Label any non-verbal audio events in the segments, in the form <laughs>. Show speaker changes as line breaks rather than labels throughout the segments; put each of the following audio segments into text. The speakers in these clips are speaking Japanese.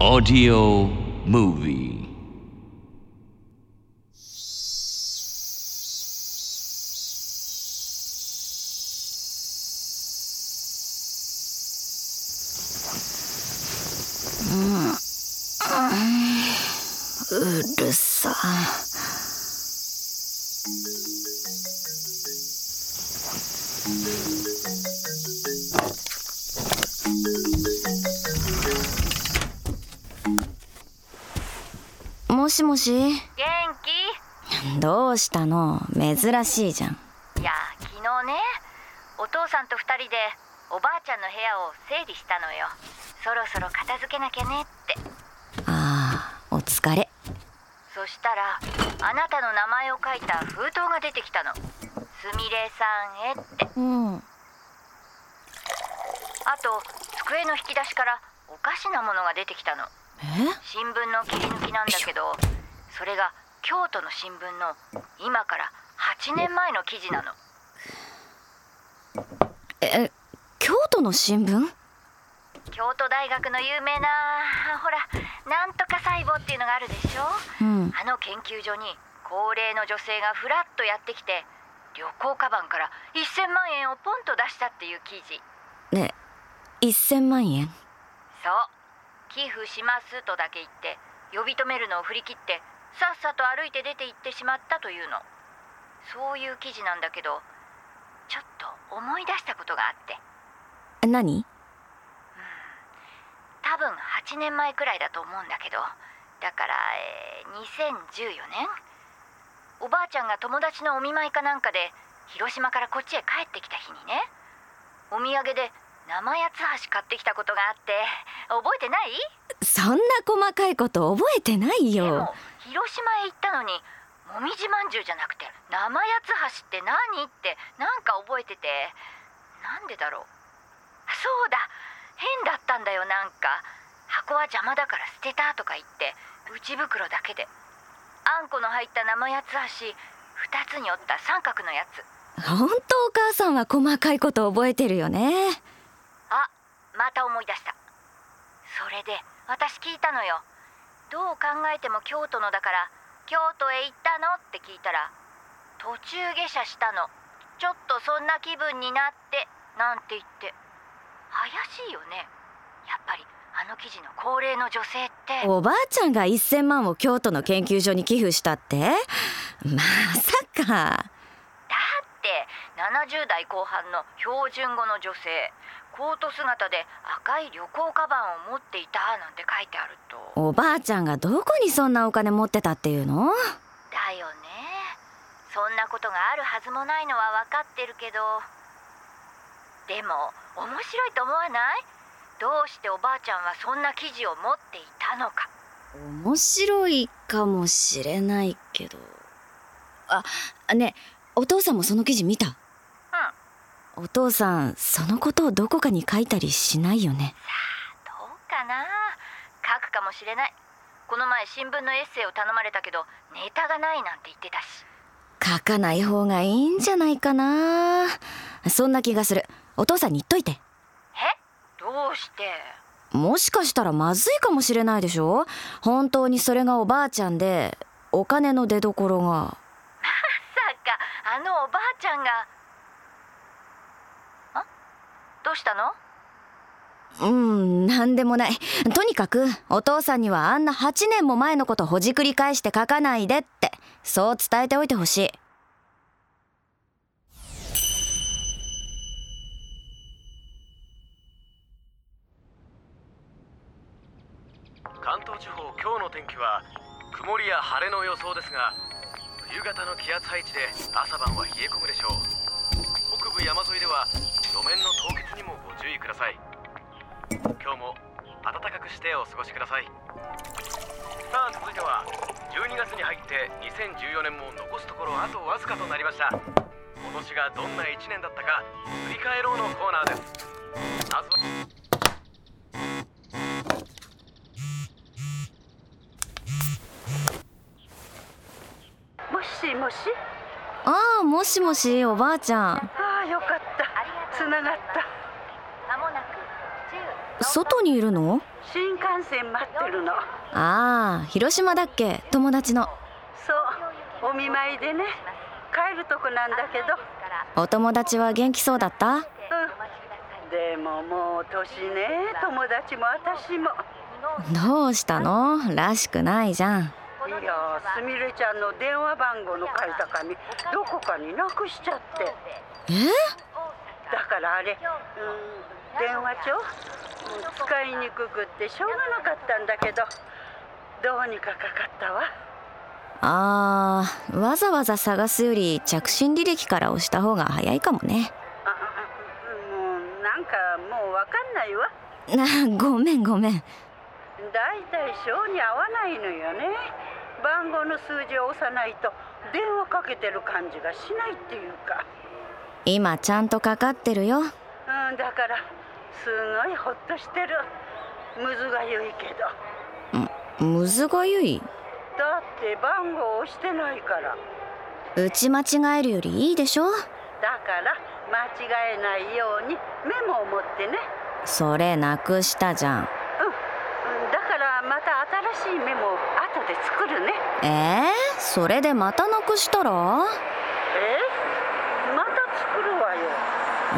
Audio movie.
うるさもしもし
元
どうしたの珍しいじゃん
気いや昨日ねお父さんと2人でおばあちゃんの部屋を整理したのよそろそろ片付けなきゃねって
ああお疲れ
そしたらあなたの名前を書いた封筒が出てきたの「すみれさんへ」って
うん
あと机の引き出しからおかしなものが出てきたの
え
新聞の切り抜きなんだけどそれが京都の新聞の今から8年前の記事なの
え京都の新聞
京都大学の有名なほらなんとか細胞っていうのがあるでしょ
うん
あの研究所に高齢の女性がふらっとやってきて旅行カバンから1000万円をポンと出したっていう記事
ね1000万円
そう寄付しますとだけ言って呼び止めるのを振り切ってさっさと歩いて出て行ってしまったというのそういう記事なんだけどちょっと思い出したことがあって
何
多分8年前くらいだと思うんだけどだから、えー2014年おばあちゃんが友達のお見舞いかなんかで広島からこっちへ帰ってきた日にねお土産で生八つ橋買ってきたことがあって覚えてない
そんな細かいこと覚えてない
で
よ
も広島へ行ったのにもみじまんじゅうじゃなくて生八つ橋って何ってなんか覚えててなんでだろうそうだ変だったんだよなんか箱は邪魔だから捨てたとか言って内袋だけであんこの入った生八つ橋2つに折った三角のやつ
本当お母さんは細かいこと覚えてるよね
あまた思い出したそれで私聞いたのよどう考えても京都のだから京都へ行ったのって聞いたら途中下車したのちょっとそんな気分になってなんて言って怪しいよねやっぱりあの記事の高齢の女性って
おばあちゃんが1,000万を京都の研究所に寄付したってまさか
だって70代後半の標準語の女性コート姿で赤い旅行カバンを持っていたなんて書いてあると。
おばあちゃんがどこにそんなお金持ってたっていうの
だよねそんなことがあるはずもないのは分かってるけどでも面白いと思わないどうしておばあちゃんはそんな記事を持っていたのか
面白いかもしれないけどあねえお父さんもその記事見たうんお父さんそのことをどこかに書いたりしないよね
どうかな書くかもしれないこの前新聞のエッセイを頼まれたけどネタがないなんて言ってたし
書かない方がいいんじゃないかなそんな気がするお父さんに言っといて
えどうして
もしかしたらまずいかもしれないでしょ本当にそれがおばあちゃんでお金の出どころが
まさかあのおばあちゃんがあどうしたの
うん何でもないとにかくお父さんにはあんな8年も前のことほじくり返して書かないでってそう伝えておいてほしい
関東地方今日の天気は曇りや晴れの予想ですが冬型の気圧配置で朝晩は冷え込むでしょう北部山沿いでは路面の凍結にもご注意ください今日も暖かくしてお過ごしくださいさあ続いては12月に入って2014年も残すところあとわずかとなりました今年がどんな1年だったか振り返ろうのコーナーですまずは
もしもし
ああもしもしおばあちゃん
ああよかったつながった
まもなく10
外にいるの
新幹線待ってるの
ああ広島だっけ友達の
そうお見舞いでね帰るとこなんだけど
お友達は元気そうだった
でももう年ね友達も私も
どうしたのらしくないじゃん
いやすみれちゃんの電話番号の書いた紙どこかになくしちゃって
え
だからあれ、うん、電話帳うん使いにくくってしょうがなかったんだけどどうにかかかったわ
あーわざわざ探すより着信履歴から押した方が早いかもね
あもうなんかもうわかんないわ
な <laughs> ごめんごめん
大体性に合わないのよね番号の数字を押さないと電話かけてる感じがしないっていうか
今ちゃんとかかってるよ
うんだからすごいホッとしてるむずがゆいけど
むずがゆい
だって番号を押してないから
打ち間違えるよりいいでしょ
だから間違えないようにメモを持ってね
それなくしたじゃん
うんうんだからまた新しいメモを後で作るね
えー、それでまたなくしたら
えまた作るわよ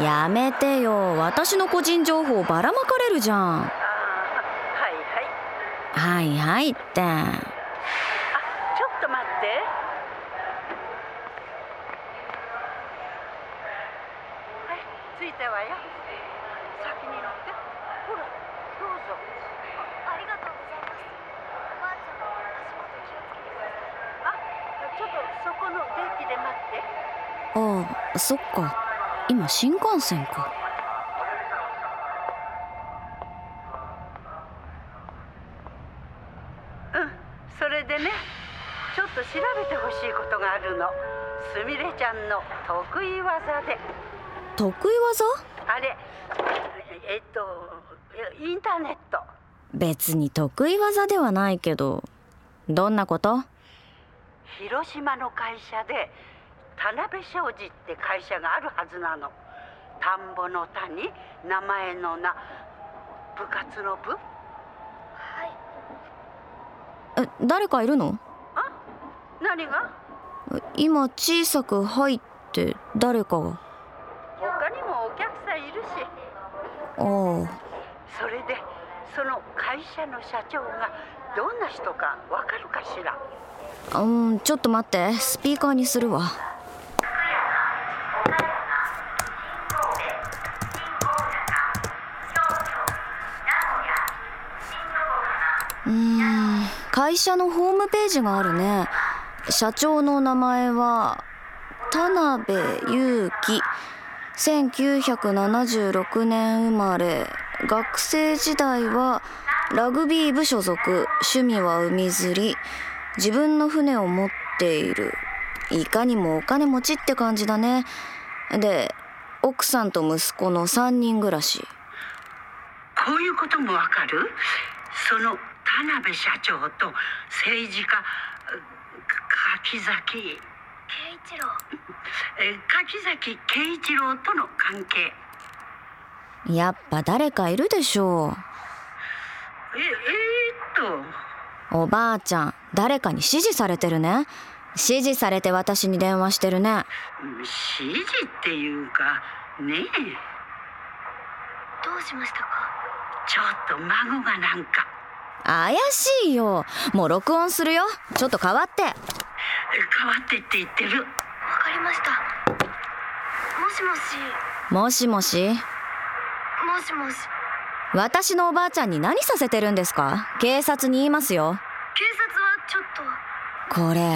やめてよ私の個人情報ばらまかれるじゃん
ああはいはい
はいはいって
あちょっと待ってはい着いたわよ先に乗ってほらどうぞ
ありがとうございますおばあちゃまは足元気をつけてください
あちょっとそこのデッキで待って
ああそっか今新幹線か
うんそれでねちょっと調べてほしいことがあるのすみれちゃんの得意技で
得意技
あれえっとインターネット
別に得意技ではないけどどんなこと
広島の会社で田辺商事って会社があるはずなの田んぼの田に名前の名部活の部
え誰かいるの
何が
今小さく「はい」って誰かが
他にもお客さんいるし
ああ
それでその会社の社長がどんな人かわかるかしら
うんちょっと待ってスピーカーにするわうーん会社のホームページがあるね社長の名前は田辺裕樹1976年生まれ学生時代はラグビー部所属趣味は海釣り自分の船を持っているいかにもお金持ちって感じだねで奥さんと息子の3人暮らし
こういうこともわかるその田辺社長と政治家柿崎
圭一郎
え柿崎圭一郎との関係
やっぱ誰かいるでしょ
ええーっと
うおばあちゃん誰かに指示されてるね指示されて私に電話してるね
指示っていうかねえ
どうしましたか
ちょっと孫がなんか
怪しいよもう録音するよちょっと変わって
え変わってって言ってる
わかりましたもしもし
もしもし
もしもし
私のおばあちゃんに何させてるんですか警察に言いますよ
警察はちょっと
これ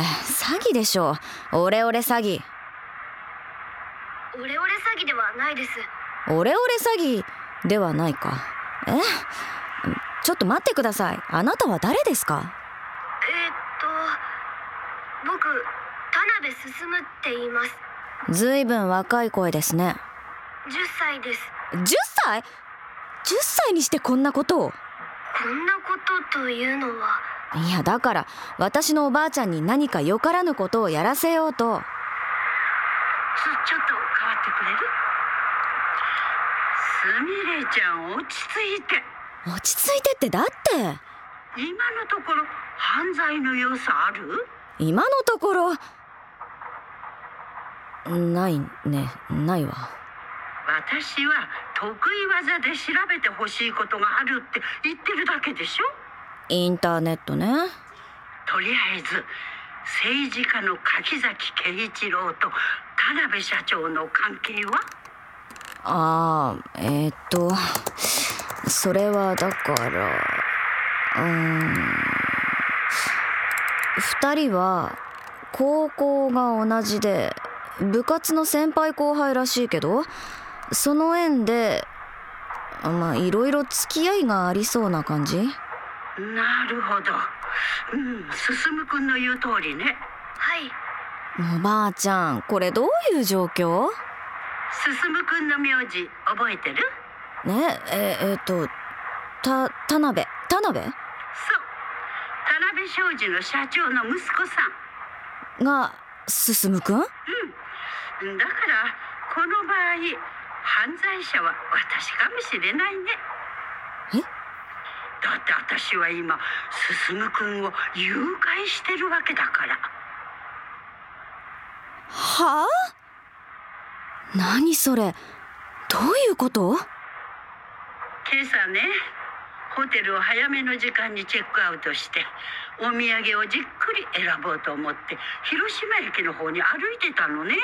詐欺でしょオレオレ詐欺
オレオレ詐欺ではないです
オレオレ詐欺ではないかえちょっと待ってくださいあなたは誰ですか
えーっと僕田辺進って言います
ずいぶん若い声ですね
10歳です
10歳 ?10 歳にしてこんなことを
こんなことというのはい
やだから私のおばあちゃんに何かよからぬことをやらせようと
ちょちょっと変わってくれるすみれちゃん落ち着いて
落ち着いてってだって
今のところ犯罪の要素ある
今のところないねないわ
私は得意技で調べてほしいことがあるって言ってるだけでしょ
インターネットね
とりあえず政治家の柿崎圭一郎と田辺社長の関係は
ああえーっとそれはだからうーん2人は高校が同じで部活の先輩後輩らしいけどその縁でまあいろいろ付き合いがありそうな感じ
なるほどうん進君の言う通りねはい
おばあちゃんこれどういう状況
進君の名字覚えてる
ねええーっとた田辺田辺
そう田辺商事の社長の息子さん
が進くん
だからこの場合犯罪者は私かもしれないね
え
だって私は今進君を誘拐してるわけだから
はあ何それどういうこと
今朝ねホテルを早めの時間にチェックアウトしてお土産をじっくり選ぼうと思って広島駅の方に歩いてたのね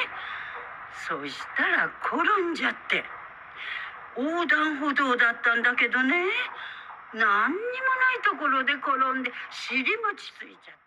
そしたら転んじゃって横断歩道だったんだけどね何にもないところで転んで尻餅ついちゃって。